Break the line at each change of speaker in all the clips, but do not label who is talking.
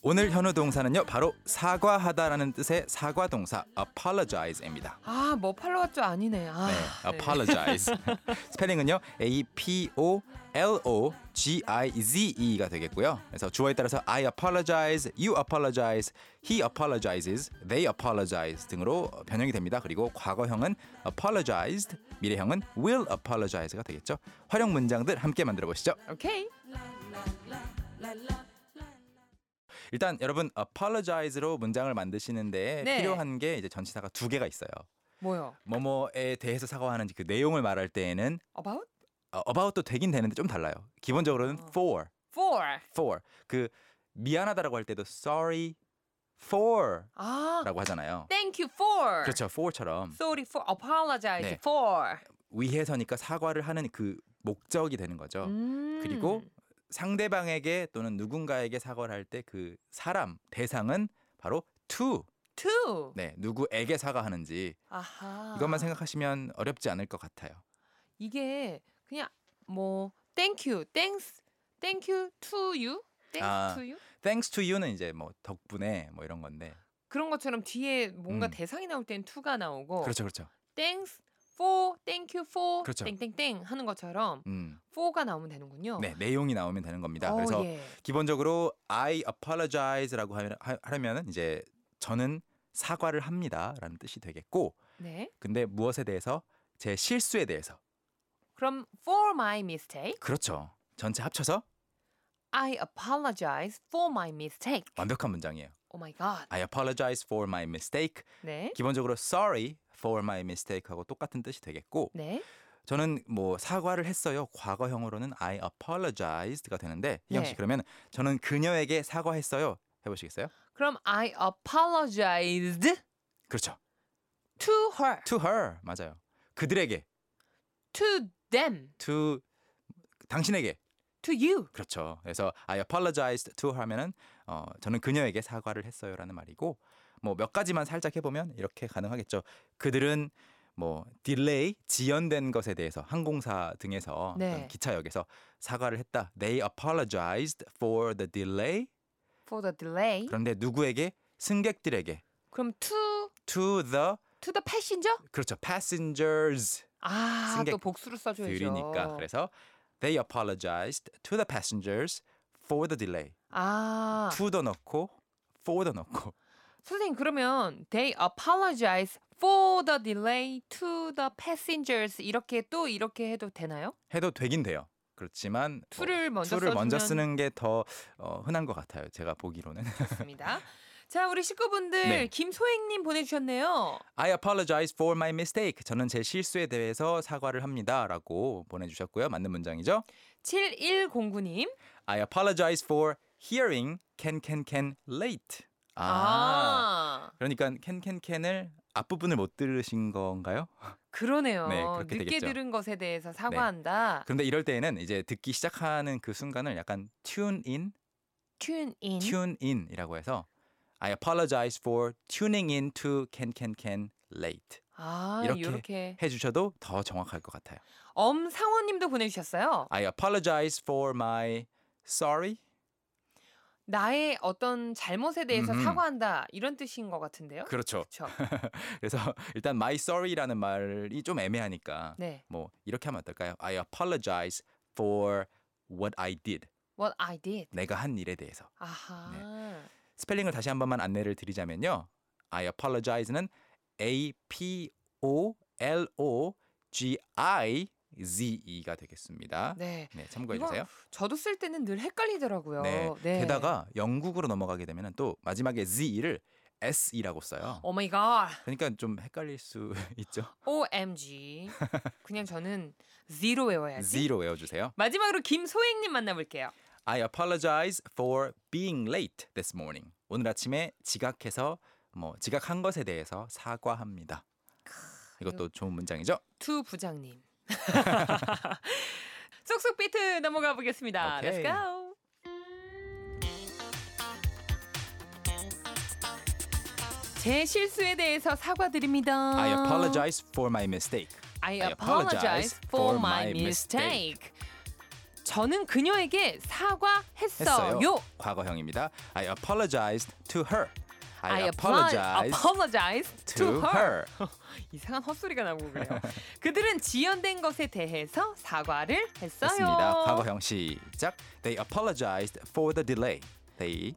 오늘 현우 동사는요 바로 사과하다라는 뜻의 사과 동사 apologize입니다.
아, 뭐 팔로왔죠 아니네. 아,
네, apologize. 스펠링은요 a p o l o g i z e가 되겠고요. 그래서 주어에 따라서 I apologize, you apologize, he apologizes, they apologize 등으로 변형이 됩니다. 그리고 과거형은 apologized, 미래형은 will apologize가 되겠죠. 활용 문장들 함께 만들어 보시죠.
오케이.
일단 여러분 apologize로 문장을 만드시는데
네.
필요한 게 이제 전치사가 두 개가 있어요.
뭐요?
뭐뭐에 대해서 사과하는지 그 내용을 말할 때에는
About
어, about도 되긴 되는데 좀 달라요. 기본적으로는
어.
for,
for.
for 그 미안하다라고 할 때도 sorry for라고
아,
하잖아요.
thank you for.
그렇죠, for처럼
Sorry for. Apologize
네.
for.
위해서니까 사과를 하는 그 목적이 되는 거죠.
음.
뭐, 그리고 상대방에게 또는 누군가에게 사과를 할 때 그 사람 대상은 바로 to
to.
네 누구에게 사과하는지
아하.
이것만 생각하시면 어렵지 않을 것 같아요.
이게 그냥 뭐 thank you, thanks, thank you to you, thanks
아.
to you
Thanks to you는 이제 뭐 덕분에 뭐 이런 건데.
그런 것처럼 뒤에 뭔가
음.
대상이 나올 땐 to가 나오고
그렇죠, 그렇죠.
thanks for, thank you for,
그렇죠.
땡땡땡 하는 것처럼
음,
for가 나오면 되는군요.
네 내용이 나오면 되는 겁니다.
어,
그래서
예.
기본적으로 I apologize라고 하면- 하- 하려면 이제 저는 사과를 합니다라는 뜻이 되겠고,
네.
근데 무엇에 대해서 제 실수에 대해서
그럼 for my mistake,
그렇죠. 전체 합쳐서
I apologize for my mistake.
완벽한 문장이에요.
Oh my god.
I apologize for my mistake.
네.
기본적으로 sorry for my mistake하고 똑같은 뜻이 되겠고,
네.
저는 뭐 사과를 했어요. 과거형으로는 I apologized가 되는데 희경 씨
네.
그러면 저는 그녀에게 사과했어요. 해보시겠어요?
그럼 I apologized
그렇죠.
to her,
To her 맞아요. 그들에게
to them,
to 당신에게
to you.
그렇죠. 그래서 I apologized to her 하면은 어, 저는 그녀에게 사과를 했어요라는 말이고 뭐 몇 가지만 살짝 해보면 이렇게 가능하겠죠. 그들은 뭐 딜레이 지연된 것에 대해서 항공사 등에서
네.
어떤 기차역에서 사과를 했다. They apologized for the delay.
for the delay.
그런데 누구에게 승객들에게
그럼 to
to the
to the passenger?
그렇죠 passengers
아,
승객
또 복수로 써 줘야죠. 그렇죠.
들이니까 그래서 they apologized to the passengers for the delay
아.
to 더 넣고 for 더 넣고
선생님 그러면 they apologize for the delay to the passengers 이렇게 또 이렇게 해도 되나요?
해도 되긴 돼요 그렇지만 뭐
to를 먼저
어, to를 먼저
써주면
쓰는 게 더 어, 흔한 것 같아요 제가 보기로는
좋습니다. 자, 우리 식구분들
네.
김소행님 보내주셨네요.
I apologize for my mistake 저는 제 실수에 대해서 사과를 합니다라고 보내주셨고요 맞는 문장이죠
7109님.
I apologize for hearing can can can late 아.
아,
그러니까 캔캔캔을 앞부분을 못 들으신 건가요?
그러네요.
네, 그렇게
늦게
되겠죠. 네.
들은 것에 대해서 사과한다.
그런데 이럴 때에는 이제 듣기 시작하는 그 순간을 약간 tune in,
tune in.
tune in이라고 해서 I apologize for tuning in to can can can late
아,
이렇게.
이렇게.
해주셔도 더 정확할 것 같아요.
엄상호님도 보내주셨어요.
I apologize for my sorry.
나의 어떤 잘못에 대해서
음흠.
사과한다 이런 뜻인 것 같은데요.
그렇죠.
그렇죠.
그래서 일단 my sorry라는 말이 좀 애매하니까
네.
뭐 이렇게 하면 어떨까요? I apologize for what I did.
What I did.
내가 한 일에 대해서.
아하.
네. 스펠링을 다시 한 번만 안내를 드리자면요. I apologize는 A P O L O G I Z E가 되겠습니다. 네,
네.
참고해
이거 어,
주세요.
저도 쓸 때는 늘 헷갈리더라고요.
네. 게다가 영국으로 넘어가게 되면 또 마지막에 Z를 S이라고 써요.
Oh my god.
그러니까 좀 헷갈릴 수 있죠.
OMG. 그냥 저는 zero 외워야지.
Z로 외워 주세요.
마지막으로 김소영 님 만나볼게요.
I apologize for being late this morning. 오늘 아침에 지각해서 뭐 지각한 것에 대해서 사과합니다. 이것도 좋은 문장이죠.
투 부장님. 쏙쏙 비트 넘어가 보겠습니다.
오케이.
Let's go. 제 실수에 대해서 사과드립니다.
I apologize for my mistake.
Uh, I
I
apologize for my mistake. 저는 그녀에게 사과했어요.
했어요. 과거형입니다. I apologized to her.
I
I,
apologize,
apologized
apologize
to her.
이상한 헛소리가 나고 그래요. 그들은 지연된 것에 대해서 사과를 했어요.
했습니다. 과거형 시작. They apologized for the delay. They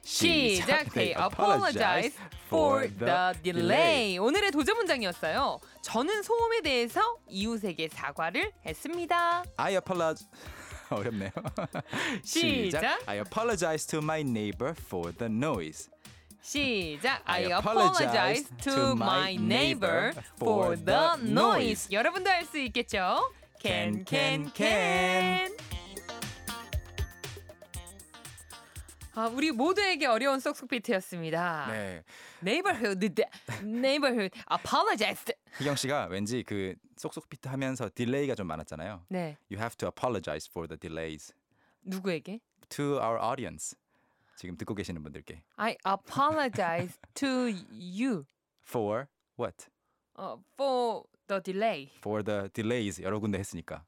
시작. They apologize for the delay. 오늘의 도전 문장이었어요. 저는 소음에 대해서 이웃에게 사과를 했습니다.
I apologize. 어렵네요.
시작.
I apologize to my neighbor for the noise.
시작.
I
I
apologize
apologize to my neighbor for the noise. 여러분도 할 수 있겠죠? Can can can. 아, 우리 모두에게 어려운 쏙쏙 비트였습니다.
네.
Neighborhood, neighborhood, apologized.
희경 씨가 왠지 그 쏙쏙 피트 하면서 딜레이가 좀 많았잖아요.
네,
You have to apologize for the delays
누구에게?
to our audience. 지금 듣고 계시는 분들께.
I apologize to you
For what?
어, for the delay.
For the delays 여러 군데 했으니까.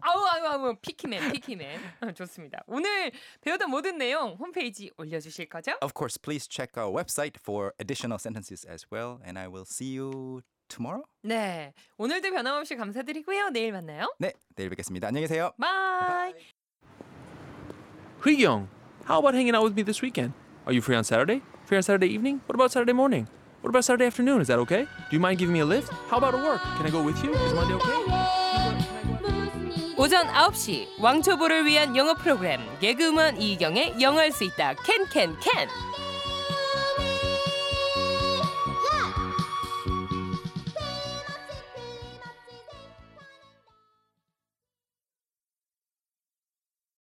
아우 아우 아우 피키맨 피키맨 어, 좋습니다. 오늘 배웠던 모든 내용 홈페이지 올려주실 거죠?
Of course, please check our website for additional sentences as well and I will see you tomorrow.
네 오늘도 변함없이 감사드리고요. 내일 만나요.
네, 내일 뵙겠습니다. 안녕히 계세요.
바이.
Young, how about hanging out with me this weekend? Are you free on Saturday? Free on Saturday evening? What about Saturday morning? What about Saturday afternoon? Is that okay? Do you mind giving me a lift? How about at work? Can I go with you? Is Monday okay?
오전 9시 왕초보를 위한 영어 프로그램 개그우먼 이경의 영어할 수 있다 캔캔캔